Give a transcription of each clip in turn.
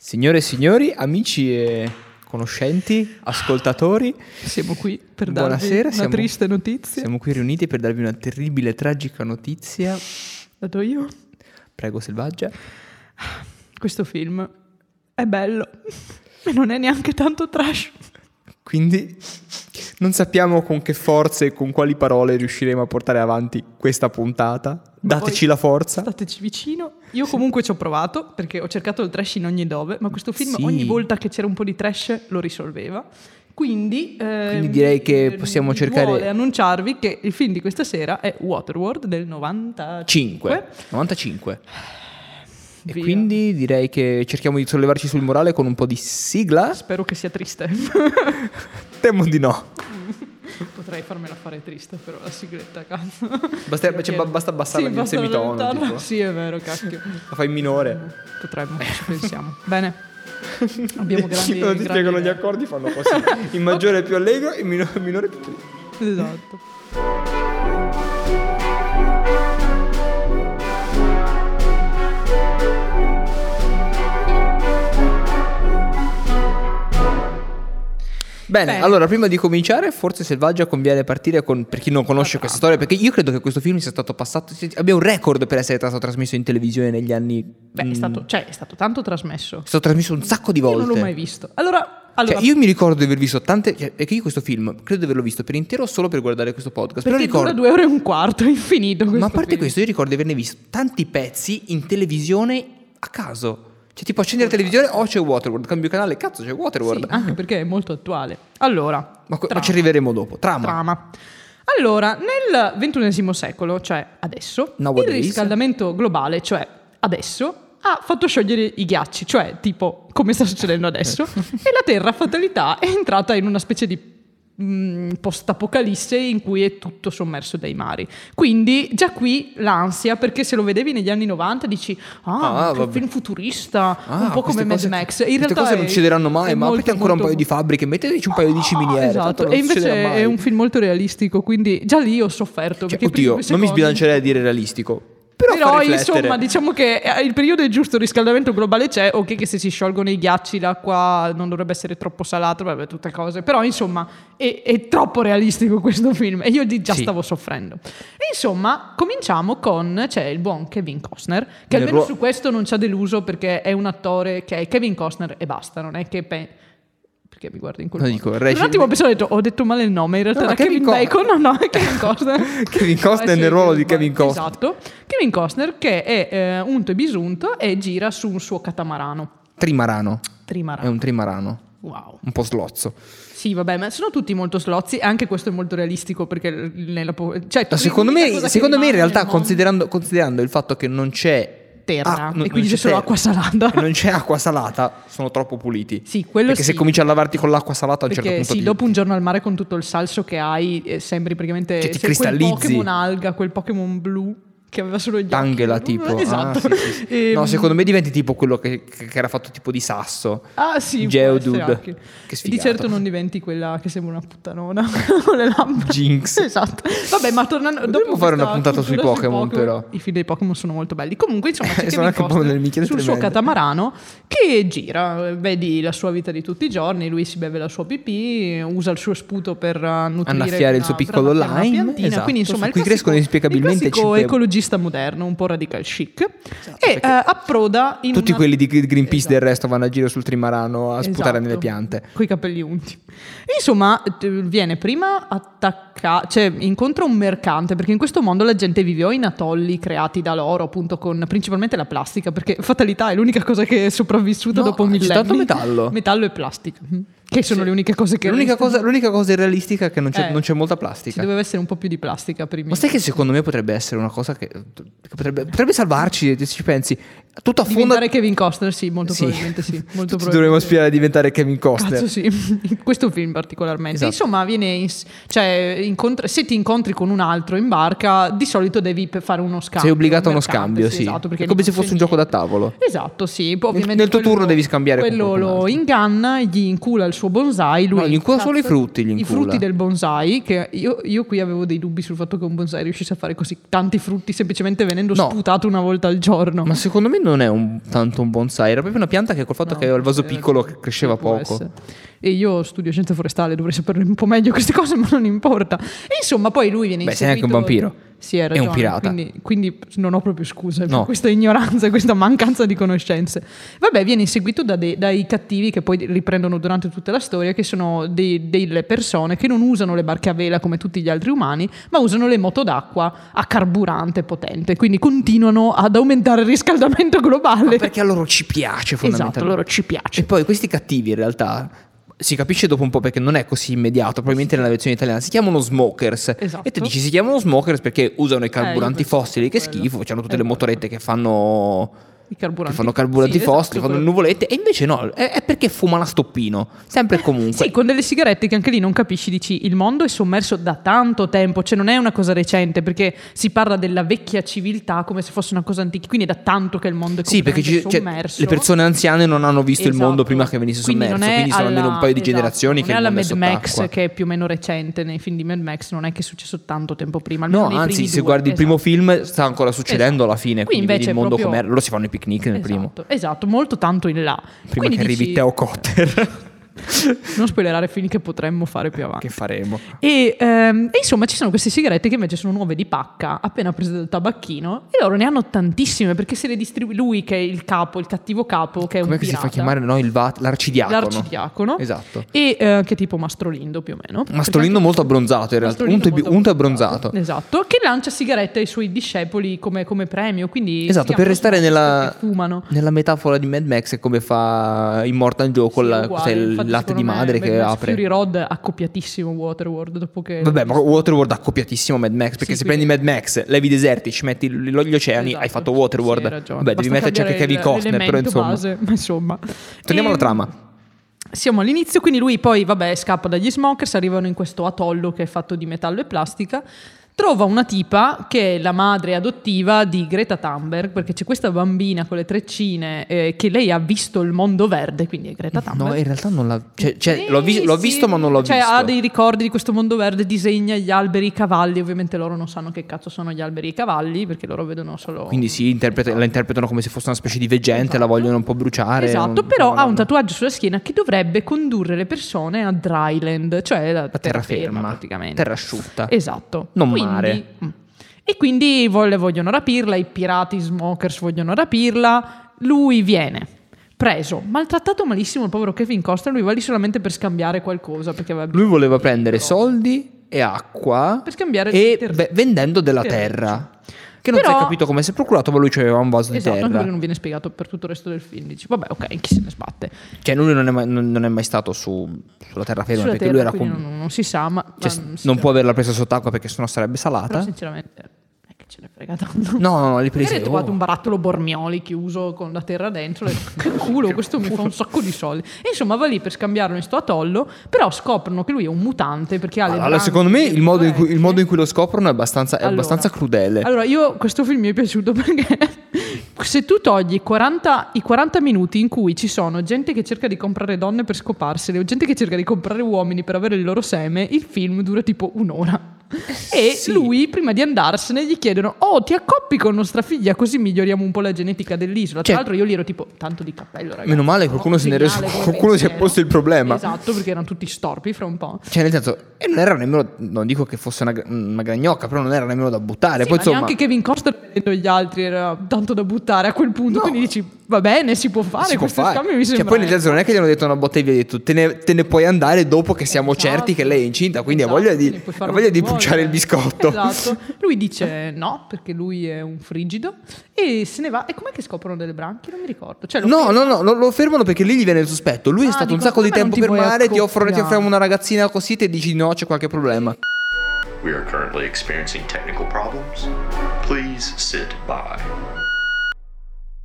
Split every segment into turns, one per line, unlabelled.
Signore e signori, amici e conoscenti, ascoltatori,
Siamo qui per
Buonasera,
darvi una
siamo-
triste notizia.
siamo qui riuniti per darvi una terribile e tragica notizia.
Dato io,
Prego Selvaggia.
questo film è bello e non è neanche tanto trash.
Ah. Quindi non sappiamo con che forze e con quali parole riusciremo a portare avanti questa puntata. Dateci
poi-
la forza.
Stateci vicino. Io comunque ci ho provato perché ho cercato il trash in ogni dove, ma questo film
Sì.
ogni volta che c'era un po' di trash lo risolveva. Quindi, ehm,
Quindi direi che possiamo
mi
cercare-
Vuole annunciarvi che il film di questa sera è Waterworld del 95.
5. 95. E
Via.
quindi direi che cerchiamo di sollevarci sul morale con un po' di sigla.
Spero che sia triste.
Temo di no.
Potrei farmela fare triste, però la sigletta, cazzo.
Basta-
Lo
cioè,
chiedo.
ba- basta abbassarla di un
basta
semitono,
aumentarla.
tipo.
Sì, è vero, cacchio.
La fai minore.
Potremmo, ci pensiamo. Bene. Abbiamo grandi,
Quando ti
grandi
spiegano gli
idee.
accordi fanno così. Il maggiore è più allegro e il mino- il minore è più triste.
Esatto.
Bene,
Bene.
allora prima di cominciare, forse Selvaggia conviene partire con per chi non conosce
La
questa storia, perché io credo che questo film sia stato passato. Abbiamo un record per essere stato trasmesso in televisione negli anni.
Beh,
mm,
è stato, cioè, è stato tanto trasmesso.
è stato trasmesso un sacco di
Io
volte.
non l'ho mai visto. Allora,
Cioè,
allora
io mi ricordo di aver visto tante. Cioè, perché io questo film credo di averlo visto per intero solo per guardare questo podcast.
perché
però ricordo.
dura due ore e un quarto, è infinito questo
Ma a parte
film.
questo, io ricordo di averne visto tanti pezzi in televisione a caso. Cioè, tipo accendi la televisione, oh c'è Waterworld, cambio canale, cazzo c'è
Sì,
Waterworld.
anche perché è molto attuale. Allora,
ma, co- ma
trama.
ci arriveremo dopo. Trama.
trama. Allora, nel XXI secolo, cioè adesso,
Nowadays.
il riscaldamento globale, cioè adesso, ha fatto sciogliere i ghiacci, cioè tipo come sta succedendo adesso, e la Terra, fatalità, è entrata in una specie di mh, post-apocalisse in cui è tutto sommerso dai mari. Quindi già qui l'ansia, perché se lo vedevi negli anni 90 dici, ah,
Ah,
che
vabbè.
film futurista,
Ah,
un po'
queste
come Mad
cose-
Max. In
queste
realtà
cose
è-
non succederanno mai,
è
ma
molto,
aprite ancora un
molto-
paio di fabbriche, metteteci un paio di ciminiere.
Ah,
tanto
esatto,
non
e invece
succederà mai.
è un film molto realistico, quindi già lì ho
Cioè,
sofferto. perché i
oddio,
primi
non mi
secondi-
sbilancerei a dire realistico. Però,
Però,
fa riflettere.
insomma, diciamo che eh, il periodo è giusto, il riscaldamento globale c'è, ok che se si sciolgono i ghiacci l'acqua non dovrebbe essere troppo salata, vabbè, tutte cose, però insomma è, è troppo realistico questo film e io di- già
Sì.
stavo soffrendo. E insomma, cominciamo con, c'è il buon Kevin Costner, che
Nel
almeno
ruo-
su questo non ci ha deluso perché è un attore che è Kevin Costner e basta, non è che... pe- perché mi guardi in quel
No,
modo?
dico,
Per
recita-
un attimo pensavo, ho detto, ho detto male il nome, in realtà
No, ma
era Kevin,
Kevin Co-
Bacon, no, no, è Kevin Costner.
Kevin Costner
Eh sì,
nel ruolo di Kevin
Bacon,
Costner.
Esatto. Kevin Costner che è eh, unto e bisunto e gira su un suo catamarano.
Trimarano. È
Trimarano.
un trimarano.
Wow.
Un po' slozzo.
Sì, vabbè, ma sono tutti molto slozzi e anche questo è molto realistico perché l- nella po- cioè,
No, secondo
l'unica
me,
cosa che
secondo me in
rimane
realtà,
nel mondo-
considerando, considerando il fatto che non c'è
Terra,
ah, non-
e quindi
non
c'è solo
terra,
acqua salata.
e non c'è acqua salata, sono troppo puliti.
Sì, quello
Perché
sì.
se cominci a lavarti con l'acqua salata a un
Perché
certo punto
sì,
ti-
dopo un giorno al mare con tutto il salso che hai, eh, sembri praticamente
Cioè, ti
se quel
cristallizzi.
Pokémon alga, quel Pokémon blu che aveva solo gli occhi
Tanghela
blu.
tipo. Ah,
Esatto.
sì, sì, sì.
Ehm,
no, secondo me diventi tipo quello che, che era fatto tipo di sasso.
Ah sì, può
Geodude.
essere anche.
Che
Di
sfigato.
certo non diventi quella che sembra una puttanona con le lampade.
Jinx.
Esatto. Vabbè, ma tornando... dopo
Dovremmo fare una
questa
puntata sui
cultura
Pokémon, però.
I film dei Pokémon sono molto belli. Comunque, insomma,
Sono
c'è Kevin
anche un po'
Costner
nel bicchiere
sul suo
tremendo.
catamarano che gira. Vedi la sua vita di tutti i giorni, lui si beve la sua pipì, usa il suo sputo per eh, nutrire...
Annaffiare il suo
una- per
piccolo
annaffiare una
lime,
piantina.
esatto,
Quindi,
su
insomma, il
cui
classico-
crescono inspiegabilmente
Il classico
cinte-
ecologista moderno, un po' radical chic. e
perché
eh, approda in
Tutti
una-
quelli di Gre- Greenpeace
Esatto.
del resto vanno a giro sul trimarano a sputare
Esatto,
nelle piante.
Coi capelli unti. E Insomma, t- viene prima attaccato, cioè incontra un mercante, perché in questo mondo la gente vive o in atolli creati da loro, appunto con principalmente la plastica, perché fatalità è l'unica cosa che è sopravvissuta
No,
dopo
c'è
millenni.
tanto metallo.
Metallo e plastica, mm, che sono
Sì.
le uniche cose che...
L'unica
restano.
cosa, l'unica cosa irrealistica è che non c'è,
Eh,
non c'è molta
Ci
plastica.
doveva essere un po' più di plastica prima.
Ma sai che secondo me potrebbe essere una cosa che, che potrebbe, potrebbe salvarci se ci pensi. Tutto affonda.
Diventare Kevin Costner, sì, molto
Sì.
probabilmente sì. Molto
Tutti dovremmo
probabilmente.
aspirare a diventare Kevin Costner.
Cazzo sì, questo film particolarmente.
Esatto.
Insomma, viene in- cioè, incontra- se ti incontri con un altro in barca, di solito devi pe- fare uno scambio.
Sei obbligato a
un
uno
mercante,
scambio, sì.
esatto, perché
è come
lì
se
non
fosse
c'è
un gioco da
niente.
tavolo.
Esatto, sì. Poi,
Nel-
ovviamente
nel tuo
quello-
turno devi scambiare con
Quello
qualcun
lo
altro.
inganna, gli incula il suo bonsai. Lui
No, gli incula solo i frutti, gli
I
incula.
frutti del bonsai. Che io, io qui avevo dei dubbi sul fatto che un bonsai riuscisse a fare così tanti frutti semplicemente venendo
No.
sputato una volta al giorno.
Ma secondo me non non è un- tanto un bonsai, era proprio una pianta che col fatto
No,
che aveva il vaso
eh,
piccolo che cresceva
può
poco.
essere. E io studio scienza forestale, dovrei sapere un po' meglio queste cose, ma non importa. E insomma, poi lui viene
Beh, sei
inseguito-
anche un vampiro.
Sì,
E
hai
un
ragione,
pirata.
Quindi, quindi non ho proprio scuse
No.
per questa ignoranza e questa mancanza di conoscenze. Vabbè, viene inseguito da dei- dai cattivi che poi riprendono durante tutta la storia, che sono dei- delle persone che non usano le barche a vela come tutti gli altri umani, ma usano le moto d'acqua a carburante potente. Quindi continuano ad aumentare il riscaldamento globale.
Ma perché a loro ci piace fondamentalmente.
Esatto, loro ci piace.
E poi questi cattivi in realtà si capisce dopo un po' perché non è così immediato, probabilmente nella versione italiana si chiamano smokers.
Esatto.
E
Eh,
tu dici si chiamano smokers perché usano i carburanti
io pensavo
fossili, che
quello.
schifo, hanno tutte
Eh,
le motorette che fanno
I
che
carburanti,
fanno carburanti
Sì,
fossili,
esatto,
fanno
quello-
nuvolette e invece no, è, è perché fumano a stoppino, sempre e comunque.
Eh, Sì, con delle sigarette che anche lì non capisci, dici il mondo è sommerso da tanto tempo, cioè non è una cosa recente perché si parla della vecchia civiltà come se fosse una cosa antica, quindi è da tanto che il mondo è
Sì, perché ci-
completamente
cioè,
sommerso.
le persone anziane non hanno visto il mondo
Esatto.
prima che venisse
Quindi
sommerso,
non è
quindi, sono
alla-
almeno un paio di
esatto,
generazioni che
non è
il
alla
mondo è
Mad Max
sott'acqua.
che è più o meno recente nei film di Mad Max, non è che è successo tanto tempo prima. almeno
No,
nei
anzi,
primi
se
due,
guardi il primo
esatto.
film sta ancora succedendo alla fine,
Qui
quindi vedi
invece
il mondo
proprio-
com'era. Loro si fanno i picnic nel primo.
Esatto, esatto, molto tanto in là.
Prima
Quindi
che arrivi
dici-
Teo Cotter.
Non spoilerare film che potremmo fare più avanti.
che faremo?
E, ehm, e insomma ci sono queste sigarette che invece sono nuove di pacca, appena prese dal tabacchino, e loro ne hanno tantissime perché se le distribui lui che è il capo, il cattivo capo, che è
Com'è
un
che si
pirata,
fa chiamare no, il va- l'arcidiacono?
l'arcidiacono,
Esatto.
e eh, che è tipo Mastrolindo più o meno.
Mastrolindo molto abbronzato in realtà.
Mastrolindo
Unto, e bi-
molto
unto e abbronzato.
Esatto, che lancia sigarette ai suoi discepoli come, come premio, quindi... si
Esatto,
chiama
per restare
Mastrolindo
nella,
perché Fumano.
nella metafora di Mad Max è come fa Immortal Joe con
Sì,
la-
uguale,
cos'è, il
infatti
latte di
secondo me
madre che
Mad Max
apre.
Fury Road accoppiatissimo Waterworld dopo che...
Vabbè, ma Waterworld ha copiatissimo Mad Max. Perché
Sì,
se
quindi-
prendi Mad Max, levi i deserti, ci metti l- gli oceani,
Esatto.
hai fatto
Sì, hai
Waterworld.
ragione.
Vabbè, devi
Basta
metterci anche
cambiare
Kevin
il-
Costner, però
l'elemento
insomma.
base, ma insomma.
Torniamo alla
E-
trama.
Siamo all'inizio, quindi lui poi, vabbè, scappa dagli smokers, arrivano in questo atollo che è fatto di metallo e plastica. Trova una tipa che è la madre adottiva di Greta Thunberg, perché c'è questa bambina con le treccine eh, che lei ha visto il mondo verde, quindi è Greta Thunberg.
No, in realtà non l'ha. Cioè, cioè,
Sì,
l'ho, vis- l'ho
sì.
visto, ma non l'ho
cioè,
visto.
ha dei ricordi di questo mondo verde, disegna gli alberi, i cavalli. Ovviamente loro non sanno che cazzo sono gli alberi e i cavalli, perché loro vedono solo.
Quindi sì, interpreta- la interpretano come se fosse una specie di veggente, la vogliono un po' bruciare.
Esatto,
non-
però
non-
ha un tatuaggio sulla schiena che dovrebbe condurre le persone a dryland, cioè la,
La terraferma,
praticamente.
terra asciutta.
Esatto.
Non
Quindi-
mare.
Mm. E quindi vol- vogliono rapirla, i pirati smokers vogliono rapirla, lui viene. Preso, maltrattato malissimo il povero Kevin Costner, lui va lì solamente per scambiare qualcosa, perché aveva
Lui voleva prendere soldi e acqua
Per scambiare
e
terra.
ve- vendendo della terra. Che non si è
Però-
capito come si è procurato, ma lui aveva un vaso
Esatto,
di
anche
terra.
perché non viene spiegato per tutto il resto del film. Dici, vabbè, ok, chi se ne sbatte.
Cioè, lui non è mai, non- non è mai stato su- sulla terraferma
Sulla
perché
terra,
lui era
quindi
com-
non, non si sa, ma...
cioè,
ma-
non può averla presa sott'acqua perché sennò sarebbe
Però
salata.
sinceramente, non è che ce ne frega tanto.
No, no, no, li prese.
Magari ho trovato
oh.
un barattolo bormioli chiuso con la terra dentro. e- che culo, questo mi fa un sacco di soldi. E insomma, va lì per scambiarlo in sto atollo. Però scoprono che lui è un mutante perché ha le eh,
Allora,
branchie
secondo me il modo, in cui,
diverse.
il modo in cui lo scoprono è abbastanza, è
Allora.
abbastanza crudele.
Allora, io questo film mi è piaciuto perché se tu togli 40 i 40 minuti in cui ci sono gente che cerca di comprare donne per scoparsele o gente che cerca di comprare uomini per avere il loro seme, il film dura tipo un'ora. E
Sì.
lui, prima di andarsene, gli chiedono: Oh, ti accoppi con nostra figlia, così miglioriamo un po' la genetica dell'isola.
Cioè-
Tra l'altro, io gli ero tipo: Tanto di cappello, ragazzi.
Meno male
no?
qualcuno se ne è reso-
Geniale come
qualcuno si è
pensiero.
posto il problema.
Esatto, perché erano tutti storpi fra un po'.
Cioè, nel senso, e non era nemmeno, non dico che fosse una, gra- una gragnocca, però non era nemmeno da buttare. Poi,
Sì, ma
insomma,
neanche Kevin Costner vedendo gli altri era tanto da buttare a quel punto.
No.
Quindi dici, va bene, si può fare,
si può
questo
fare.
scambio mi
Cioè,
sembra.
poi nel senso, non è che gli hanno detto una botte e gli ha detto te ne, te ne puoi andare dopo che siamo
Esatto.
certi che lei è incinta. Quindi
Esatto,
ha voglia di,
quindi puoi fare
ha voglia
un
di
po'
bruciare
eh.
il biscotto.
Esatto. Lui dice no, perché lui è un frigido e se ne va. E com'è che scoprono delle branchie? Non mi ricordo. Cioè, lo
No,
fermano.
no, no, lo, lo fermano perché lì gli viene il sospetto. Lui è
Ah,
stato un
dico,
sacco di
come non
tempo
ti
per
vuoi
mare, ti offrono, ti
accoppiare?
offriamo una ragazzina così, te dici no, c'è qualche problema.
We are currently experiencing technical problems. Please sit by.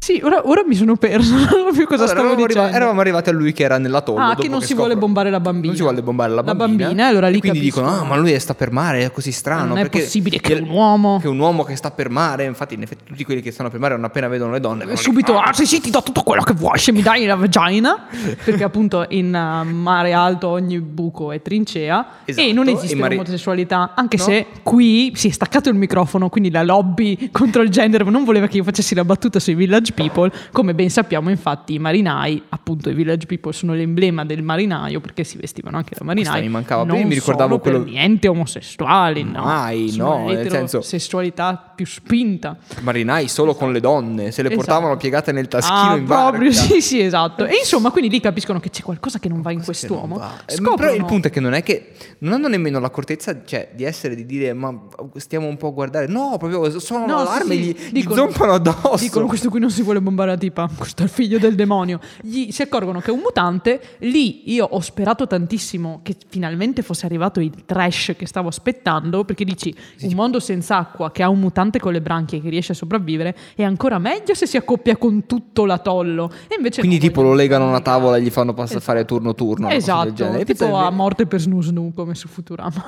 Sì, ora, ora mi sono perso. Non so più cosa
Allora,
stavo
eravamo,
dicendo.
arriva- eravamo arrivati a lui che era nella tolda.
Ah,
dopo
che non si vuole
scopre-
bombare la bambina.
Non si vuole bombare la
La
bambina.
bambina, allora lì
e quindi
capiscono.
dicono: Ah, ma lui sta per mare, è così strano.
Non è
perché
possibile che un uomo-
Che un uomo che sta per mare. Infatti, in effetti, tutti quelli che stanno per mare non appena vedono le donne. vanno lì,
subito
"Ah,
ah sì sì ti do tutto quello che vuoi se mi dai la vagina perché appunto in eh, mare alto ogni buco è trincea
Esatto,
e non esiste
e mari-
l'omosessualità anche
No.
se qui si è staccato il microfono quindi la lobby contro il gender non voleva che io facessi la battuta sui village village people. Come ben sappiamo, infatti, i marinai, appunto, i village people sono l'emblema del marinaio perché si vestivano anche da marinai.
Questo mi mancava
non
prima, mi ricordavo
sono per
quello-
niente omosessuali, no.
Mai,
Sono
no, nel senso-
Sessualità più spinta.
Marinai solo con le donne, se le
Esatto.
portavano piegate nel taschino
ah,
in barca.
proprio, sì, sì, esatto. E insomma, quindi lì capiscono che c'è qualcosa che non va in
Che non
quest'uomo.
va. Eh,
Scoprono...
Però il punto è che non è che non hanno nemmeno l'accortezza cioè, di essere, di dire ma stiamo un po' a guardare. No, proprio sono
No,
l'allarme,
sì, sì.
gli, gli
Dicono-
zompano addosso.
Dicono questo qui non si vuole bombare la tipa, questo è il figlio del demonio. Gli si accorgono che è un mutante, lì io ho sperato tantissimo che finalmente fosse arrivato il trash che stavo aspettando, perché dici un mondo senza acqua che ha un mutante con le branchie che riesce a sopravvivere è ancora meglio se si accoppia con tutto l'atollo. E invece
Quindi
no,
tipo
vogliono-
lo legano a una tavola e gli fanno passa- fare turno turno. una cosa del
Esatto,
genere. E
tipo
pensate- Esatto.
a morte per Snoo Snoo come su Futurama.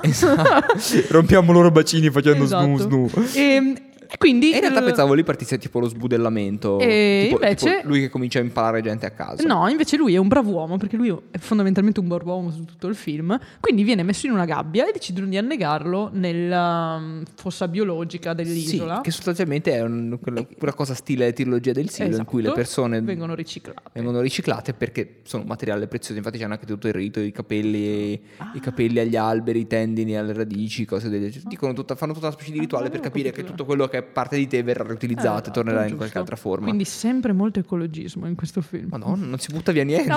Rompiamo loro bacini facendo
Esatto.
snu snu.
Ehm, E, quindi
E in realtà
eh,
pensavo lì partisse tipo lo sbudellamento.
E
tipo,
invece-
tipo lui che comincia a imparare gente a caso.
No, invece lui è un bravo uomo, perché lui è fondamentalmente un bravo uomo su tutto il film, quindi viene messo in una gabbia e decidono di annegarlo nella um, fossa biologica
Sì,
dell'isola.
che sostanzialmente è un- quella, quella cosa stile trilogia del silo in cui le
Esatto.
persone
vengono riciclate.
vengono riciclate perché sono un materiale prezioso. Infatti, c'è anche tutto il rito: i capelli,
Ah.
i capelli agli alberi, i tendini alle radici, cose del genere. Dicono tutta- fanno tutta una specie di
Ah,
rituale per
avevo
capire che
capito.
tutto quello che è parte di te verrà riutilizzato
Esatto,
e tornerà in
giusto.
qualche altra forma.
Quindi sempre molto ecologismo in questo film.
Madonna, non si butta via niente.
No,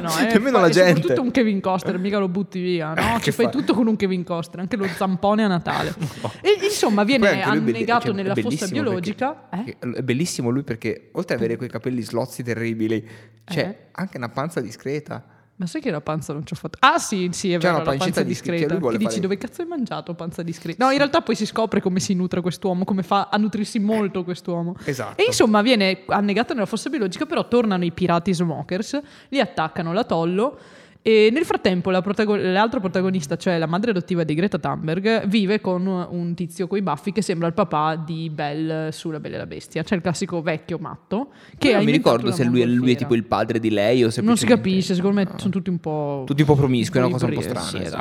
no, eh.
Nemmeno la
E
gente.
Soprattutto un Kevin Costner, mica lo butti via, no?
Eh, che
Ci fai
fa-
tutto con un Kevin Costner, anche lo zampone a Natale. E insomma
Poi
Eh, viene
anche lui è belli-
annegato
cioè, è
nella fossa
bellissimo
biologica. eh?
perché- che- È bellissimo lui perché, oltre ad avere quei capelli slozzi terribili, c'è
Eh.
anche una panza discreta.
Ma sai che la panza non ci ho fatto? Ah sì, sì, è
C'è
vero,
una
la
pancetta
panza
discreta,
discreta.
lui vuole
Che dici
fare-
dove cazzo hai mangiato panza discreta? No, in realtà poi si scopre come si nutre quest'uomo, come fa a nutrirsi molto quest'uomo.
Esatto.
E insomma viene annegato nella fossa biologica, però tornano i pirati smokers, li attaccano l'atollo e nel frattempo la protago- l'altra protagonista, cioè la madre adottiva di Greta Thunberg, vive con un tizio coi baffi che sembra il papà di Belle sulla Bella e la Bestia, cioè il classico vecchio matto che
Io
ha
non mi
inventato
ricordo
la
se lui è, lui è
mongolfiera.
tipo il padre di lei o se
Non si capisce, secondo me sono tutti un po'...
Tutti un po' promiscui, è una cosa un po'
liberi,
strana. esatto.
sì,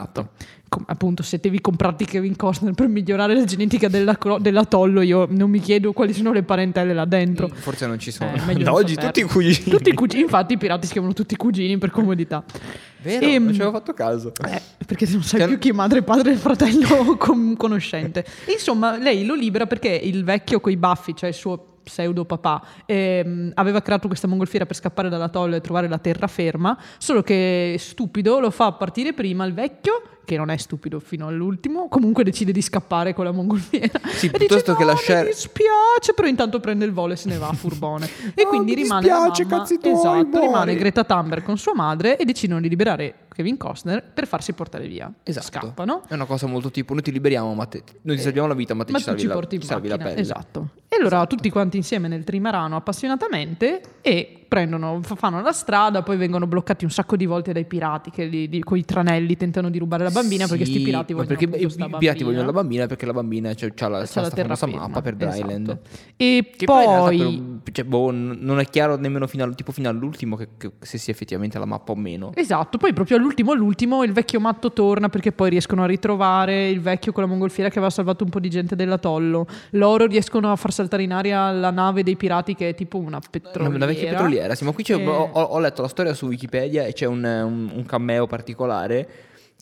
esatto. Com- appunto, se devi comprarti Kevin Costner per migliorare la genetica della cro- dell'atollo, io non mi chiedo quali sono le parentele là dentro.
Eh, Forse non ci sono.
Eh, meglio
da
non
oggi
saperlo.
tutti i cugini.
Tutti i cugini, infatti i pirati si chiamano tutti cugini per comodità.
Vero,
Ehm,
non ci avevo fatto caso.
eh, perché non sai
Cioè-
più chi è madre, padre, fratello o com- conoscente. Insomma, lei lo libera perché il vecchio coi baffi, cioè il suo pseudo papà, ehm, aveva creato questa mongolfiera per scappare dalla tolla e trovare la terraferma, solo che stupido lo fa partire prima il vecchio, che non è stupido fino all'ultimo, comunque decide di scappare con la mongolfiera.
Sì,
E dice,
piuttosto che
"No,
lasciare-
Mi dispiace, però intanto prende il volo e se ne va, furbone. e
No,
quindi
mi
rimane... la
dispiace,
mamma-
cazzi tuoi,
esatto, rimane
muori.
Greta Greta Thunberg con sua madre e decidono di liberare Kevin Costner per farsi portare via.
Esatto.
Scappano.
È una cosa molto tipo: noi ti liberiamo, ma te, noi ti salviamo la vita, ma te
Ma
ci
tu
salvi,
ci
la,
porti in
ci salvi la
macchina.
pelle.
Esatto. E allora tutti quanti insieme nel trimarano appassionatamente e prendono, f- fanno la strada, poi vengono bloccati un sacco di volte dai pirati che li, di, coi tranelli tentano di rubare la bambina perché
Sì,
sti pirati
ma
vogliono
perché
appunto
i-
sta
i pirati vogliono la
bambina.
bambina perché la bambina cioè, c'ha, c'ha la,
C'ha
sta
la
famosa
terraferma,
mappa per
esatto.
Dryland.
E
Che poi, in realtà
poi...
per- cioè, boh, n- non è chiaro nemmeno fino, al- tipo fino all'ultimo che- che- se sia effettivamente la mappa o meno.
Esatto, poi proprio all'ultimo all'ultimo il vecchio matto torna perché poi riescono a ritrovare il vecchio con la mongolfiera che aveva salvato un po' di gente dell'atollo. Loro riescono a far saltare in aria la nave dei pirati che è tipo una
Una,
petroliera.
una vecchia petroliera, sì, ma qui c'è-
Eh.
ho, ho- ho letto la storia su Wikipedia e c'è un, un- un cameo particolare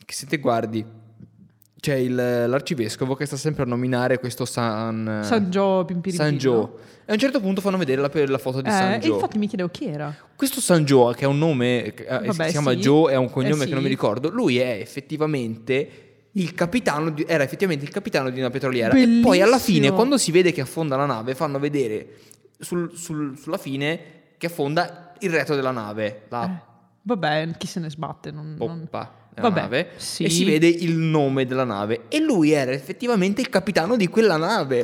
che se te guardi c'è il- l'arcivescovo che sta sempre a nominare questo San...
San Gio Pimpiripino.
eh. San Gio. E a un certo punto fanno vedere la, la foto di
Eh,
San
e
Gio.
infatti mi chiedevo chi era.
Questo San Gio, che è un nome, eh,
Vabbè,
si chiama
sì.
Joe, è un cognome
Eh, sì.
che non mi ricordo, lui è effettivamente il capitano, di- era effettivamente il capitano di una petroliera. E poi alla fine,
Bellissimo.
quando si vede che affonda la nave, fanno vedere sul- sul- sulla fine che affonda il retro della nave, la
Eh, Vabbè, chi se ne sbatte. non-
Oh.
non-
poppa. della
Vabbè,
nave,
sì.
e si vede il nome della nave e lui era effettivamente il capitano di quella nave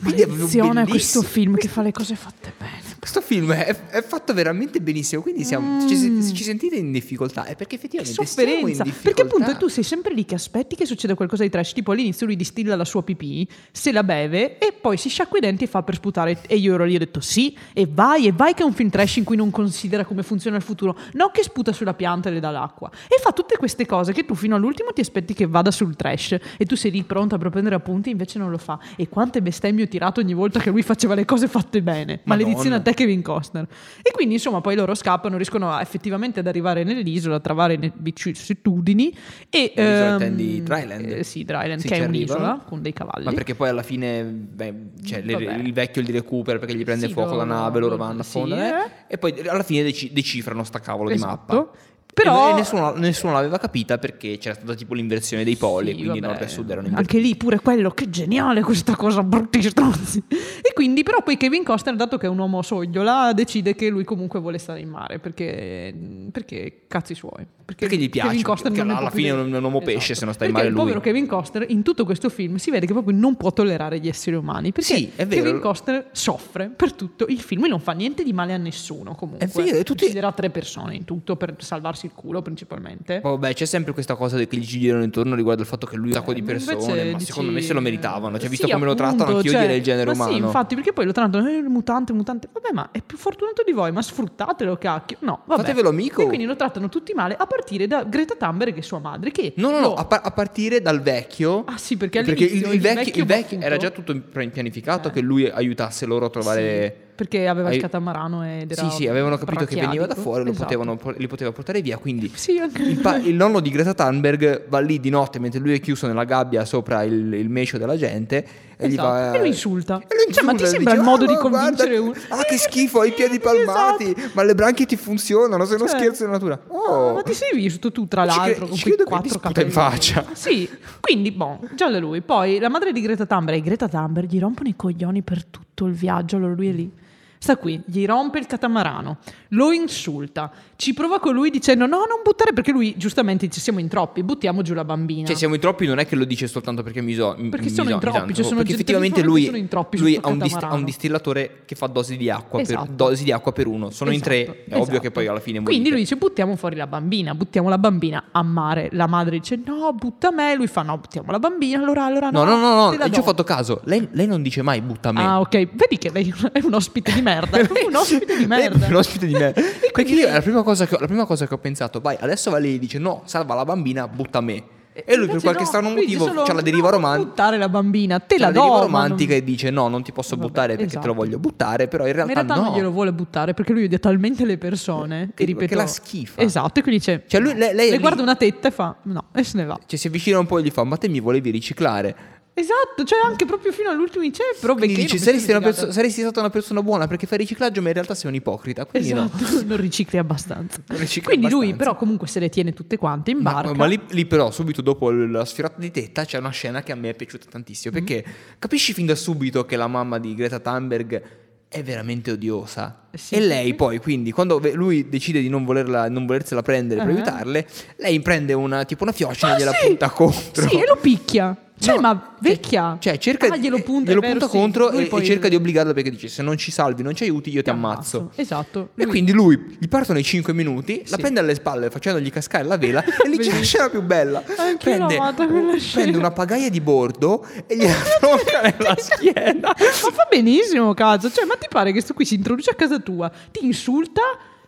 quindi è proprio
Attenzione a questo
bellissimo.
film che fa le cose fatte bene.
Questo film è, è fatto veramente benissimo, quindi siamo-
Mm.
ci- se ci, sentite in difficoltà è perché
Che
effettivamente siamo in
sofferenza!
difficoltà.
Perché appunto tu sei sempre lì che aspetti che succeda qualcosa di trash. Tipo all'inizio lui distilla la sua pipì, se la beve e poi si sciacqua i denti e fa per sputare. E io ero lì e ho detto sì, e vai, e vai che è un film trash in cui non considera come funziona il futuro. No che sputa sulla pianta e le dà l'acqua. E fa tutte queste cose che tu fino all'ultimo ti aspetti che vada sul trash. E tu sei lì pronta per prendere appunti, invece non lo fa. E quante bestemmie ho tirato ogni volta che lui faceva le cose fatte bene.
Madonna.
Maledizione a te Kevin Costner. E quindi, insomma, poi loro scappano, riescono a- effettivamente ad arrivare nell'isola, a trovare le vicissitudini. E,
L'isola
ehm,
intendi Dryland?
eh, sì, Dryland,
Sì,
che
ci
è
arrivano.
un'isola con dei cavalli.
Ma perché poi alla fine beh, cioè, le-
Vabbè.
il vecchio li recupera perché gli prende
Sì,
fuoco la
loro-
nave, loro vanno a
sì,
fondo
eh.
e poi alla fine deci- decifrano sta cavolo
Esatto.
di mappa.
Però-
E nessuno, nessuno l'aveva capita perché c'era stata tipo l'inversione dei poli,
Sì,
quindi
vabbè.
nord e sud erano invertiti.
Anche lì pure quello, che geniale questa cosa, brutti stronzi. E quindi però poi Kevin Costner, dato che è un uomo sogliola, decide che lui comunque vuole stare in mare, perché, perché cazzi suoi.
Perché gli piace,
Kevin Costner
perché
non ne
alla
può più
fine
di-
è un- un uomo pesce, se non sta in
Esatto. Perché
mare lui.
il povero Kevin Costner in tutto questo film si vede che proprio non può tollerare gli esseri umani, perché
Sì, è vero.
Kevin Costner soffre per tutto il film e non fa niente di male a nessuno comunque.
È vero, e tutti-
Ucciderà tre persone in tutto per salvarsi il culo principalmente.
Vabbè, Oh, c'è sempre questa cosa che gli girano intorno riguardo al fatto che lui ha un sacco di persone,
Eh, Invece
ma
dici-
secondo me se lo meritavano. Cioè, visto
Sì,
come lo
appunto,
trattano, anch'io
cioè,
direi il genere
ma
umano.
Sì, infatti, perché poi lo trattano eh, il mutante, il mutante. Vabbè, ma è più fortunato di voi, ma sfruttatelo, cacchio. No, vabbè.
Fatevelo amico.
E quindi lo trattano tutti male, a partire da Greta Thunberg che è sua madre, che
No, no, no,
lo-
a, par- a partire dal vecchio.
boh. Ah, sì, perché
il,
all'inizio
il vecchio,
il vecchio
il vecchio
battuto-
era già tutto pre- pianificato
Eh.
che lui aiutasse loro a trovare.
Sì, perché aveva il
ai-
catamarano ed era
Sì, sì, avevano capito che veniva da
brachiadico.
fuori, lo
Esatto.
potevano po- li poteva portare via. Quindi
Sì, anche
il, pa- il nonno di Greta Thunberg va lì di notte mentre lui è chiuso nella gabbia sopra il, il mescio della gente e gli
Esatto.
va.
E lo insulta.
E lo
Cioè, ma ti
insulta,
sembra
dice,
il modo
"Ah,
di
ma
convincere
guarda-
uno?"
Ah, che schifo, hai i piedi
Esatto.
palmati, ma le branchie ti funzionano, sei uno
Cioè,
scherzo di natura.
Ah,
Oh,
ma ti sei visto tu tra
Ci cre-
l'altro con
ci
quei
credo che ti
quattro
sputa in
capelli?
faccia.
Sì, quindi boh, giallo lui. Poi la madre di Greta Thunberg, Greta Thunberg gli rompono i coglioni per tutto il viaggio, allora lui è lì. Sta qui, gli rompe il catamarano, lo insulta, ci prova con lui dicendo no, non buttare perché lui giustamente dice siamo in troppi, buttiamo giù la bambina.
Cioè, siamo in troppi, non è che lo dice soltanto perché mi so. mi-
Perché sono
mi
in troppi,
misandro,
cioè sono
perché
gente-
effettivamente
sono-
lui,
sono in troppi su
lui
sto
ha, un dist-
catamarano.
ha un distillatore che fa dosi di acqua,
Esatto.
per, dosi di acqua per uno. Sono in tre, è
Esatto,
ovvio che
esatto.
poi alla fine morite.
Quindi lui dice buttiamo fuori la bambina, buttiamo la bambina a mare. La madre dice no, butta me, lui fa no, buttiamo la bambina, allora allora
No,
no.
no, no,
te
no,
la
ci ho
do."
fatto caso. Lei, lei non dice mai butta me.
Ah, ok. Vedi che lei è un ospite di merda. È un ospite di
Lei è
merda.
Eh,
Eh,
un ospite di merda.
E
Perché
quindi-
io la prima, cosa che, ho- la prima cosa che ho pensato, vai, adesso va lei e dice no, salva la bambina, butta me. E lui per
Invece
qualche
no,
strano
lui dice
motivo
solo,
c'ha la deriva
"No, non
romantica.
buttare la bambina, te
c'ha
la do,
deriva
ma
romantica
non-
e dice no, non ti posso
Vabbè,
buttare perché te lo
esatto.
voglio buttare, però in
In
realtà,
realtà
no.
non glielo vuole buttare perché lui odia talmente le persone
Che-
che ripeto
che la schifa.
Esatto, e quindi dice
Cioè, lui- lei- lei-
le guarda una tetta e fa no, e se ne va.
Cioè, si avvicina un po' e gli fa: Ma te mi volevi riciclare?
Esatto, cioè anche proprio fino all'ultimo dice "Eh, però
Quindi
perché
dici:
non mi
saresti,
sono
una perso-
fidata?"
saresti stata una persona buona perché fai riciclaggio, ma in realtà sei un ipocrita. Quindi no.
Esatto, non ricicli abbastanza.
Non ricicli
Quindi lui
abbastanza.
però comunque se le tiene tutte quante in
Ma,
barca.
ma lì, lì però, subito dopo l- la sfilata di tetta, c'è una scena che a me è piaciuta tantissimo. Perché
Mm.
capisci fin da subito che la mamma di Greta Thunberg è veramente odiosa.
Sì.
E lei poi, quindi, quando ve- lui decide di non, volerla, non volersela prendere per
Ah.
aiutarle, lei prende una, tipo una fiocina
Ah,
e Cioè, gliela
sì!
punta contro.
Sì, e lo picchia. Cioè,
No,
ma vecchia.
Cioè, cerca,
Ah, glielo punta, è
glielo
vero,
punta
sì.
contro
Lui
e, e
poi-
cerca di obbligarlo perché dice: Se non ci salvi, non ci aiuti, io ti, ammazzo.
Esatto.
E
Lui-
quindi lui gli partono i 5 minuti, la
Sì.
prende alle spalle facendogli cascare la vela e lì c'è la scena più bella.
l'ho amata quella
prende
scena.
una pagaia di bordo e gliela tronca nella schiena.
Ma fa benissimo, cazzo. Cioè, ma ti pare che sto qui si introduce a casa tua, ti insulta,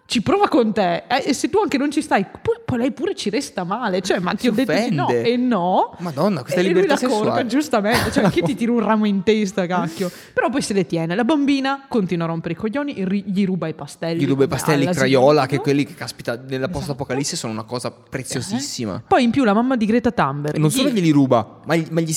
ci prova con te. eh, e se tu anche non ci stai, poi, poi lei pure ci resta male. Cioè, ma ti ho detto di no
offende.
e no.
Madonna, questa
e
libertà
lui la corca,
sessuale.
giustamente. Cioè, che ti tira un ramo in testa, cacchio. Però poi se le tiene. La bambina continua a rompere i coglioni, ri- gli ruba i pastelli.
Gli ruba i
come
pastelli
all'asilo
Craiola, che
nido.
quelli che caspita nella post
Esatto.
apocalisse sono una cosa preziosissima.
Poi in più la mamma di Greta Thunberg.
Non solo
Eh? gli-
glieli ruba, ma gli, ma gli
Gli rovina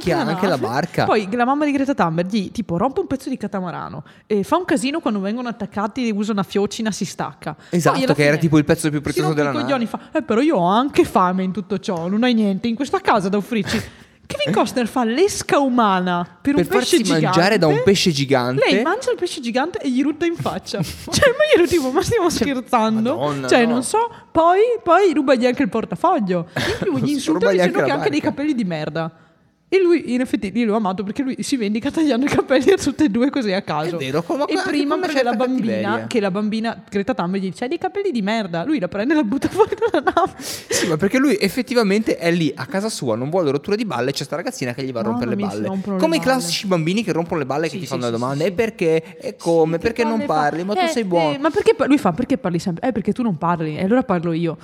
scarabocchia anche la
nave.
barca.
Poi la mamma di Greta Thunberg gli tipo rompe un pezzo di catamarano, eh, fa un casino quando vengono attaccati, usa una fiocina, si stacca.
Esatto,
Poi alla
che era
fine
tipo il pezzo più
si
prezioso
rompe i
della nave.
coglioni, fa, "Eh, però io ho anche fame in tutto ciò, non hai niente in questa casa da offrirci. Kevin Costner fa l'esca umana per,
Per
un pesce
farsi
gigante.
mangiare da un pesce gigante.
Lei mangia il pesce gigante e gli rutta in faccia. cioè, ma io ero tipo, ma stiamo scherzando?
Cioè, Madonna,
cioè,
no.
non so. Poi, poi rubagli anche il portafoglio. In più gli insulta
Rubagli anche
dicendo
la
che ha anche dei
barca.
capelli di merda. E lui, in effetti, io l'ho amato perché lui si vendica tagliando i capelli a tutte e due così a caso.
È vero, come-
e
anche
prima
con una
prende la
certa
bambina,
cattiveria.
che la bambina, Greta Thunberg, gli dice, hai dei capelli di merda. Lui la prende e la butta fuori dalla nave.
Sì, ma perché lui effettivamente è lì a casa sua, non vuole rottura di balle, c'è sta ragazzina che gli va a
Mamma
rompere le
mia, si
balle.
rompono le
Come i
balle.
classici bambini che rompono le balle e che
Sì,
ti
sì,
fanno
sì,
le domande.
sì,
E perché? E come?
Sì,
perché
poi
non
le fa,
parli? Ma tu
"Eh,
sei
eh,
buono.
ma perché par- lui fa? Perché parli sempre? Eh, perché tu non parli, e allora parlo io.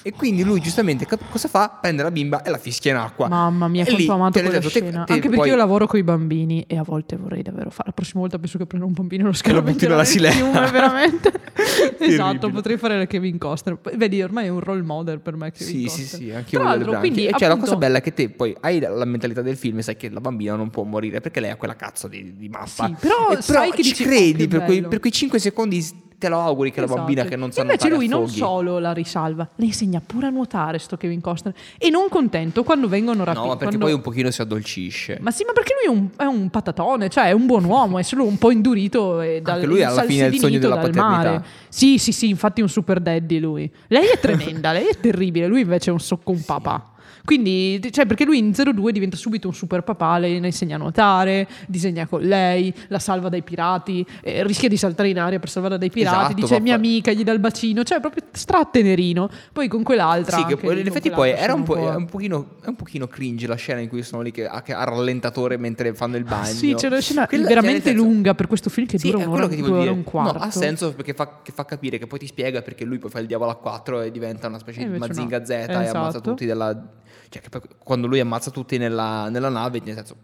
E quindi lui giustamente cap- cosa fa? Prende la bimba e la fischia in acqua.
Mamma mia,
E lì
quanto ho amato
te l'ho
quella
detto, te-
scena.
te
Anche perché
puoi-
io lavoro con i bambini e a volte vorrei davvero fare. La prossima volta penso che prendo un bambino e lo scarico
butti nella silena.
veramente. esatto,
Terribile.
potrei fare la Kevin Costner. Poi, Vedi, ormai è un role model per me Kevin
Sì, sì,
Costner.
sì, anche
Tra
io voglio le
l'altro,
branchie.
quindi,
E cioè, la
appunto,
cosa bella è che te poi hai la, la mentalità del film e sai che la bambina non può morire perché lei ha quella cazzo di, di mappa.
Sì, però
E
sai che
ci
dici, oh,
credi
che
per, quei,
bello.
5 secondi te lo auguri che la
Esatto.
bambina che non sa
Invece
nuotare
lui non
affoghi.
solo la risalva, le insegna pure a nuotare sto Kevin Costner. E non contento quando vengono rapiti.
No, ma perché
quando-
poi un pochino si addolcisce.
Ma sì, ma perché lui è un, è un patatone, cioè è un buon uomo, è solo un po' indurito e dal,
Anche lui alla fine ha il sogno
insalsidinito
della
dal
paternità.
mare. Sì, sì, sì, infatti è un super daddy lui. Lei è tremenda, lei è terribile, lui invece è un socco un papà. Quindi, cioè, perché lui in 02 diventa subito un super papà, le le insegna a nuotare, disegna con lei, la salva dai pirati, eh, rischia di saltare in aria per salvarla dai pirati,
Esatto,
dice
va-
mia amica, gli dà il bacino, cioè proprio stratenerino. Poi con quell'altra...
Sì, che
anche
poi-
lì,
in
con
effetti poi
quell'altra
era un, po',
sono
è un pochino, è un pochino cringe la scena in cui sono lì che, a, che a rallentatore mentre fanno il bagno.
Sì, c'è una scena
Quella- cioè, nel
veramente
senso-
lunga per questo film che
Sì,
dura
è
un'ora,
quello che ti
due
voglio
ore e
dire.
un quarto.
No, ha senso perché fa, che fa capire, che poi ti spiega perché lui poi fa il diavolo a 4 e diventa una specie
E
di
Eh, invece no.
Mazinga Z e
Esatto.
ammazza tutti della... Cioè, che poi quando lui ammazza tutti nella, nella nave, nel senso...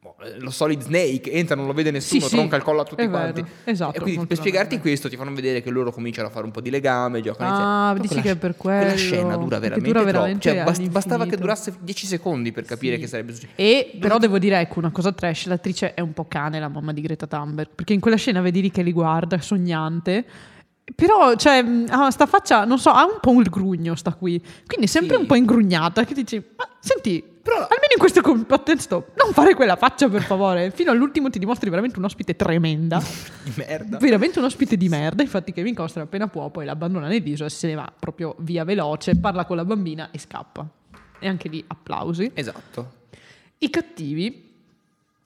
boh, Lo solid snake entra, non lo vede nessuno,
Sì, sì,
tronca il collo a tutti
è vero.
quanti.
Esatto,
E quindi
molto
per spiegarti
bello.
questo ti fanno vedere che loro cominciano a fare un po' di legame, giocano
Ah,
insieme. Però
dici
quella
che è per
sc- Quella
quello,
scena dura
che
veramente,
dura
troppo.
veramente
Cioè, bast- bastava che
all'infinito.
durasse 10 secondi per capire che sarebbe successo.
E però devo dire, ecco, una cosa trash, l'attrice è un po' cane, la mamma di Greta Thunberg, perché in quella scena vedi lì che li guarda, sognante, però, cioè, mh, ha sta faccia, non so, ha un po' il grugno, sta qui, quindi è sempre
Sì.
un po' ingrugnata, che dici, ma senti,
Però-
almeno in questo contesto, non fare quella faccia, per favore, fino all'ultimo ti dimostri veramente un ospite tremenda.
Di merda.
Veramente un ospite di merda. Infatti, Kevin Costner appena può, poi l'abbandona nel viso e se ne va proprio via veloce, parla con la bambina e scappa. E anche lì applausi.
Esatto.
I cattivi.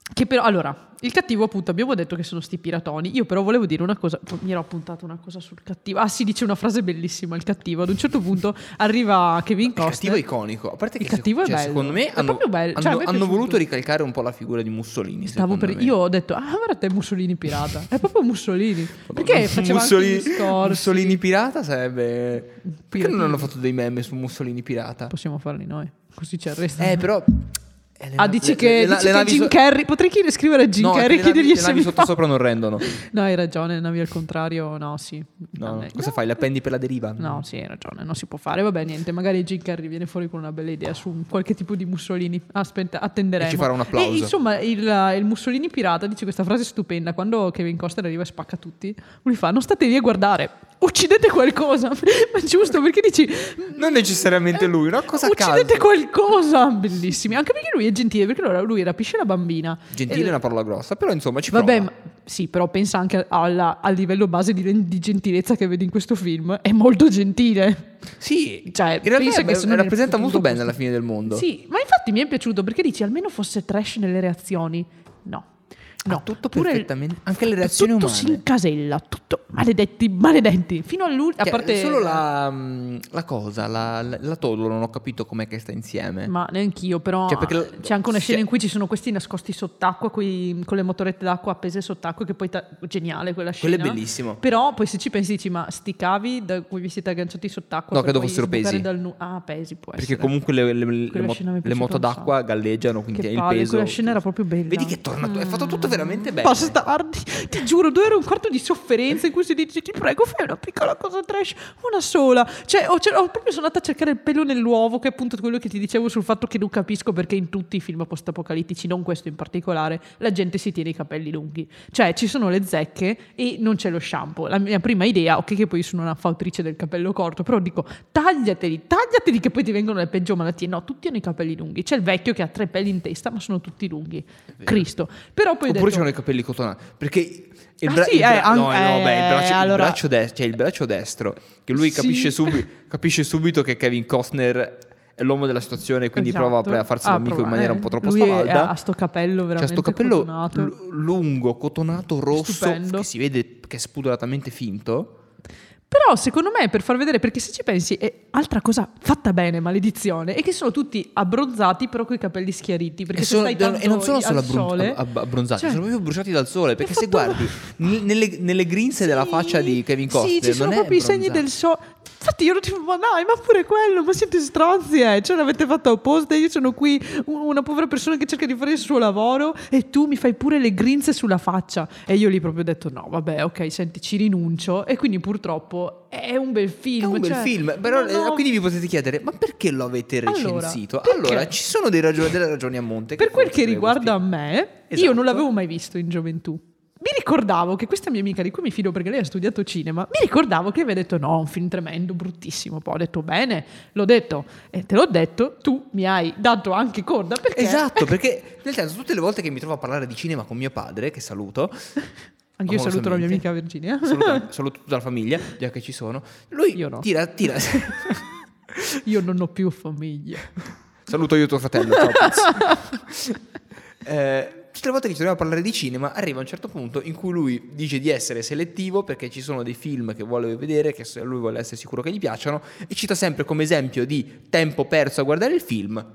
Che però, allora, il cattivo appunto abbiamo detto che sono sti piratoni, io però volevo dire una cosa, mi ero appuntata una cosa sul cattivo, ah si dice una frase bellissima, il cattivo, ad un certo punto arriva Kevin
Il cattivo è
Costner,
iconico. A parte
Il
che se-
cattivo è
cioè,
bello.
secondo me
È
hanno,
proprio bello. Cioè, a
hanno-
me è
hanno
piaciuto.
voluto ricalcare un po' la figura di Mussolini.
Stavo
secondo
per-
me.
io ho detto, ah guarda te Mussolini pirata, è proprio Mussolini,
Madonna,
perché faceva anche
Mussolini,
gli scorsi,
Mussolini pirata sarebbe. Perché non
Piratini.
hanno fatto dei meme su Mussolini pirata?
possiamo farli noi, così ci arrestano.
Eh, però. eh, le
Ah,
na-
dici
le-
che,
le- le-
dici
le
che
navi
Jim
so-
Carrey potrei chiedere- scrivere a Jim
No,
Carrey e
le navi-
chiedergli
le
se
navi
mi
sotto
fa-
sopra non rendono.
No, hai ragione, navi al contrario, no, sì.
No,
Vabbè.
cosa
No,
fai? La prendi per la deriva?
No, sì, hai ragione, non si può fare. Vabbè, niente, magari Jim Carrey viene fuori con una bella idea su un qualche tipo di Mussolini. Aspetta, attenderemo.
E ci farà un applauso.
E, insomma, il, il Mussolini pirata dice questa frase stupenda. Quando Kevin Costner arriva e spacca tutti, lui fa, non state lì a guardare, uccidete qualcosa. Ma giusto, perché dici...
Non necessariamente lui, no? Cosa a
uccidete
caso?
qualcosa bellissimi anche perché lui è gentile perché allora lui rapisce la bambina
Gentile è
E-
una parola grossa, però insomma ci
Vabbè,
prova.
ma- sì, però pensa anche alla- al livello base di, di gentilezza che vedi in questo film. È molto gentile.
Sì,
Cioè,
in realtà
pensa che
beh,
sono nel
rappresenta molto
punto
bene
giusto.
alla fine del mondo.
Sì, ma infatti mi è piaciuto perché dici almeno fosse trash nelle reazioni. No. No,
Ah, tutto
Pure-
perfettamente, anche le reazioni
tutto
umane.
si incasella, tutto maledetti, maledetti, fino all'ultimo, a
Cioè,
parte
solo la, mm, la cosa, la, la, la Todolo non ho capito com'è che sta insieme.
Eh. Ma neanch'io, però
Cioè, perché-
c'è anche una scena
cioè-
in cui ci sono questi nascosti sott'acqua, quei- con le motorette d'acqua appese sott'acqua, che poi ta- geniale quella scena.
Quello è bellissimo.
Però poi se ci pensi dici, ma sti cavi da cui vi siete agganciati sott'acqua...
No,
per
credo
poi
fossero
sbucare
pesi.
Dal nu- ah, pesi può
Perché
essere.
comunque le, le- le
Quella
mo-
scena mi è
le
piaciuta
moto
un
d'acqua galleggiano, quindi
Che
il
palle,
peso.
quella scena era proprio Mm. bella.
Vedi che è tornato, è fatto tutto veramente bene.
Bastardi, ti giuro, due ore e un quarto di sofferenza in cui si dice ti prego fai una piccola cosa trash, una sola. Cioè, ho, cer- ho proprio sono andata a cercare il pelo nell'uovo, che è appunto quello che ti dicevo sul fatto che non capisco perché in tutti i film post-apocalittici, non questo in particolare, la gente si tiene i capelli lunghi. Cioè, ci sono le zecche e non c'è lo shampoo. La mia prima idea, ok che poi sono una fautrice del capello corto, però dico tagliateli, tagliateli che poi ti vengono le peggio malattie. No, tutti hanno i capelli lunghi. C'è il vecchio che ha tre peli in testa, ma sono tutti lunghi. Cristo. Però poi
Oppure
ho detto-
c'erano i capelli cotonati. Perché il,
Ah,
bra-
sì,
il bra-
eh,
no,
an-
no, beh, il
eh,
braccio, il
allora-
braccio destro, cioè il braccio destro, che lui
Sì.
capisce, subi- capisce subito che Kevin Costner è l'uomo della situazione, quindi
Esatto.
prova a- a farsi
Ah,
l'amico in
prova-
maniera
eh,
un po' troppo
lui è-
spavalda.
ha sto capello
Cioè, sto
veramente
capello
cotonato.
l- lungo, cotonato, rosso,
Stupendo.
che si vede che è spudoratamente finto.
Però secondo me per far vedere, perché se ci pensi è altra cosa fatta bene, maledizione, è che sono tutti abbronzati però con i capelli schiariti. Perché
E,
se
sono-
stai tanto
e non sono
al
solo abbron-
sole,
ab- abbronzati,
cioè-
sono proprio bruciati dal sole. Perché se
fatto-
guardi n- nelle, nelle grinze della
Sì,
faccia di Kevin Costner,
Sì, ci sono
non è
proprio i segni
bronzato.
del sole. Infatti io ero tipo, ma dai, ma pure quello, ma siete stronzi, eh? Cioè l'avete fatto apposta, io sono qui u- una povera persona che cerca di fare il suo lavoro e tu mi fai pure le grinze sulla faccia. E io lì proprio ho detto, no, vabbè, ok, senti, ci rinuncio. E quindi purtroppo è un bel film.
È un bel
cioè,
film, però
no,
eh,
no.
quindi vi potete chiedere: ma perché lo avete
Allora,
recensito?
perché?
Allora, ci sono dei ragioni, delle ragioni a monte.
Per quel
forse
che
le
riguarda
gusti-
me, io
Esatto.
non l'avevo mai visto in gioventù. Mi ricordavo che questa mia amica di cui mi fido perché lei ha studiato cinema, mi ricordavo che aveva detto no, un film tremendo, bruttissimo. Poi ho detto bene, l'ho detto e te l'ho detto, tu mi hai dato anche corda perché...
Esatto, perché nel senso, tutte le volte che mi trovo a parlare di cinema con mio padre, che saluto,
Anche io saluto la mia amica Virginia.
saluto, saluto tutta la famiglia, già che ci sono, lui
Io no.
tira, tira.
Io non ho più famiglia.
saluto io tuo fratello. ciao, Pizzi. Eh, tutte le volte che ci troviamo a parlare di cinema, arriva un certo punto in cui lui dice di essere selettivo perché ci sono dei film che vuole vedere, che se- lui vuole essere sicuro che gli piacciono, e cita sempre come esempio di tempo perso a guardare il film.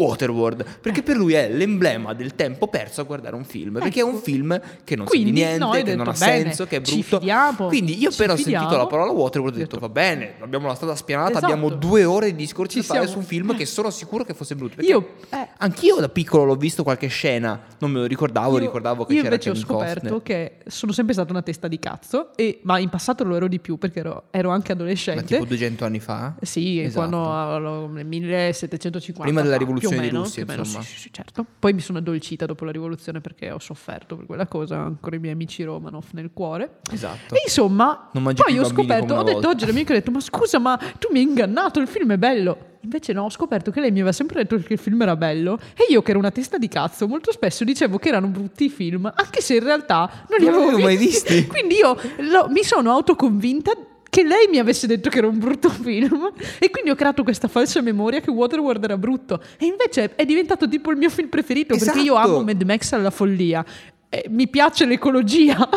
Waterworld, perché per lui è l'emblema del tempo perso a guardare un film, perché è un film che non sa
Ecco.
di
Quindi,
niente,
no, hai
che non ha
detto, bene,
senso, che è
ci
brutto.
fidiamo,
Quindi io
ci
però ho
fidiamo.
sentito la parola Waterworld e ho
Ho
detto va bene, abbiamo la strada spianata,
Esatto.
abbiamo due ore di discorsi
Ci
da fare
siamo.
su un film che sono sicuro che fosse brutto. perché-
Io... eh,
Anch'io da piccolo l'ho visto qualche scena, non me lo ricordavo,
Io-
ricordavo che
io
c'era
invece ho
Kevin
scoperto
Costner.
che sono sempre stata una testa di cazzo, e- ma in passato lo ero di più perché ero, ero anche
Ma
adolescente.
tipo 200 anni fa?
Eh Sì,
Esatto.
quando eh, nel 1750.
Prima della
fa,
rivoluzione
più o
di
meno,
Russia,
più o meno,
insomma.
Sì, sì, sì, certo. Poi mi sono addolcita dopo la rivoluzione perché ho sofferto per quella cosa, ancora i miei amici Romanov nel cuore.
Esatto.
E insomma,
Non mangi
poi
più
ho
i bambini
scoperto,
come
ho
una
detto
volta.
oggi all'amico, ho detto ma scusa ma tu mi hai ingannato, il film è bello. Invece no, ho scoperto che lei mi aveva sempre detto che il film era bello e io che ero una testa di cazzo molto spesso dicevo che erano brutti i film, anche se in realtà non
Non
li
li
avevo
avevo mai visti.
Quindi io lo- mi sono autoconvinta che lei mi avesse detto che era un brutto film e quindi ho creato questa falsa memoria che Waterworld era brutto e invece è diventato tipo il mio film preferito perché io
Esatto.
amo Mad Max alla follia, Eh, mi piace l'ecologia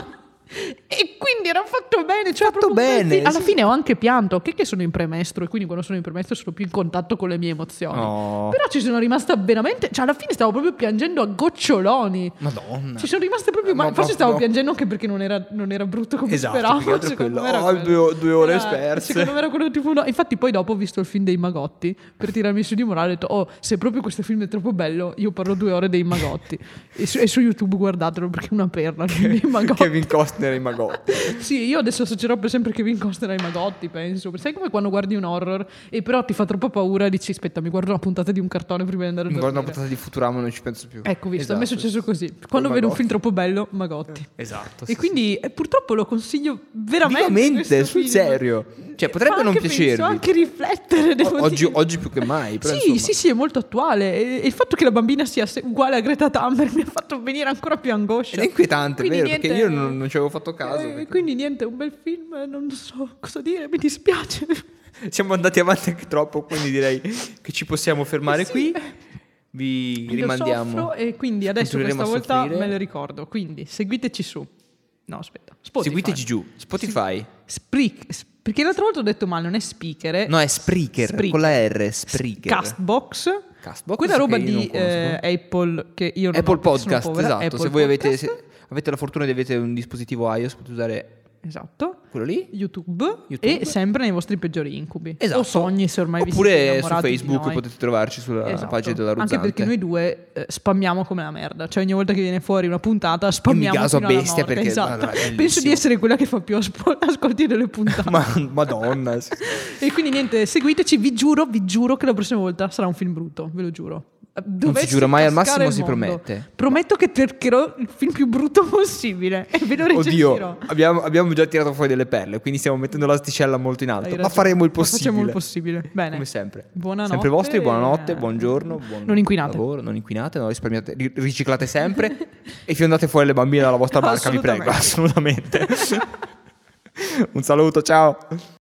e quindi era fatto bene. Cioè
Fatto
proprio un
bene,
pezzi- Alla
sì.
fine ho anche pianto. Che, che sono in premestro e quindi quando sono in premestro sono più in contatto con le mie emozioni.
No.
Però ci sono rimasta veramente. Cioè, alla fine stavo proprio piangendo a goccioloni.
Madonna.
Ci sono rimaste proprio
No,
male. Forse
no,
stavo
no.
piangendo anche perché non era, non era brutto come
Esatto,
speravo.
più che altro
secondo
quello.
me era
Oh, due- due ore
Era-
perse.
Secondo me era quello tipo. no. Infatti, poi dopo ho visto il film dei Magotti per tirarmi su di morale. Ho detto, oh, se proprio questo film è troppo bello, io parlo due ore dei Magotti. e, su, e su YouTube guardatelo perché è una perla. il film dei Magotti.
Kevin Costner e Magotti.
Sì, io adesso associerò per sempre Kevin Costner ai Magotti, penso. Sai come quando guardi un horror e però ti fa troppa paura e dici aspetta, mi guardo una puntata di un cartone prima di andare a
Mi guardo
dormire.
una puntata di Futurama e non ci penso più.
Ecco, visto, a me è
Esatto.
successo così. Quando vedo un
Magotti.
film troppo bello, Magotti.
Esatto. sì,
E quindi eh, purtroppo lo consiglio veramente.
Veramente,
questo
sul
film.
serio. Cioè, potrebbe
Fa
non
anche, penso,
piacervi.
anche riflettere,
sì.
devo
O- oggi,
dire.
oggi più che mai. Però
sì,
insomma.
sì, sì, è molto attuale. E, e il fatto che la bambina sia se- uguale a Greta Thunberg mi ha fatto venire ancora più angoscia.
Ed è inquietante,
Quindi
vero? Perché io
niente-
non, non ci avevo fatto caso.
Eh,
perché-
quindi niente, un bel film, eh, non so cosa dire, mi dispiace.
Siamo andati avanti anche troppo, quindi direi che ci possiamo fermare
Sì.
qui. Vi
Lo soffro
rimandiamo.
e quindi adesso
Continueremo
questa
a
volta
soffrire.
me lo ricordo. Quindi seguiteci su. No, aspetta. Spotify.
Seguiteci giù, Spotify.
Spreak- s- perché l'altra volta ho detto male, non è speaker.
No, è Spreaker,
Spreaker.
con la R, Spreaker.
Castbox.
Castbox,
Quella roba
che io non
di
conosco.
eh, Apple che io non
Apple
ho, perché sono
Podcast,
povera.
esatto.
Apple
se voi avete,
Podcast.
se avete la fortuna di avere un dispositivo iOS, potete usare
Esatto.
quello lì.
YouTube,
YouTube.
e sempre nei vostri peggiori incubi
Esatto.
o sogni se ormai vi siete
Oppure su
innamorati di
Facebook
noi.
potete trovarci sulla
Esatto.
pagina della Ruzzante.
Anche perché noi due eh, spammiamo come la merda. Cioè, ogni volta che viene fuori una puntata,
Io
spammiamo.
mi gaso a
fino alla
bestia
morte,
perché-
esatto.
Madonna, è
Penso di
bellissimo.
essere quella che fa più aspo- ascolti delle puntate.
Ma- Madonna. sì.
E quindi niente, seguiteci, vi giuro, vi giuro che la prossima volta sarà un film brutto, ve lo giuro. Eh, Dovesse
giura mai, al
cascare
massimo si
il mondo.
promette.
Prometto che cercherò il film più brutto possibile e ve lo recensirò.
Oddio, abbiamo, abbiamo già tirato fuori delle perle, quindi stiamo mettendo l'asticella molto in
Hai
alto. Ma
ragione.
faremo il
Ma
possibile.
facciamo il possibile. Bene.
Come sempre.
Buonanotte.
Sempre vostri, buonanotte, buongiorno. Buon
Non inquinate.
Lavoro, non inquinate, no, risparmiate, ri- riciclate sempre e fiondate fuori le bambine dalla vostra barca, vi prego. Assolutamente. Un saluto, ciao.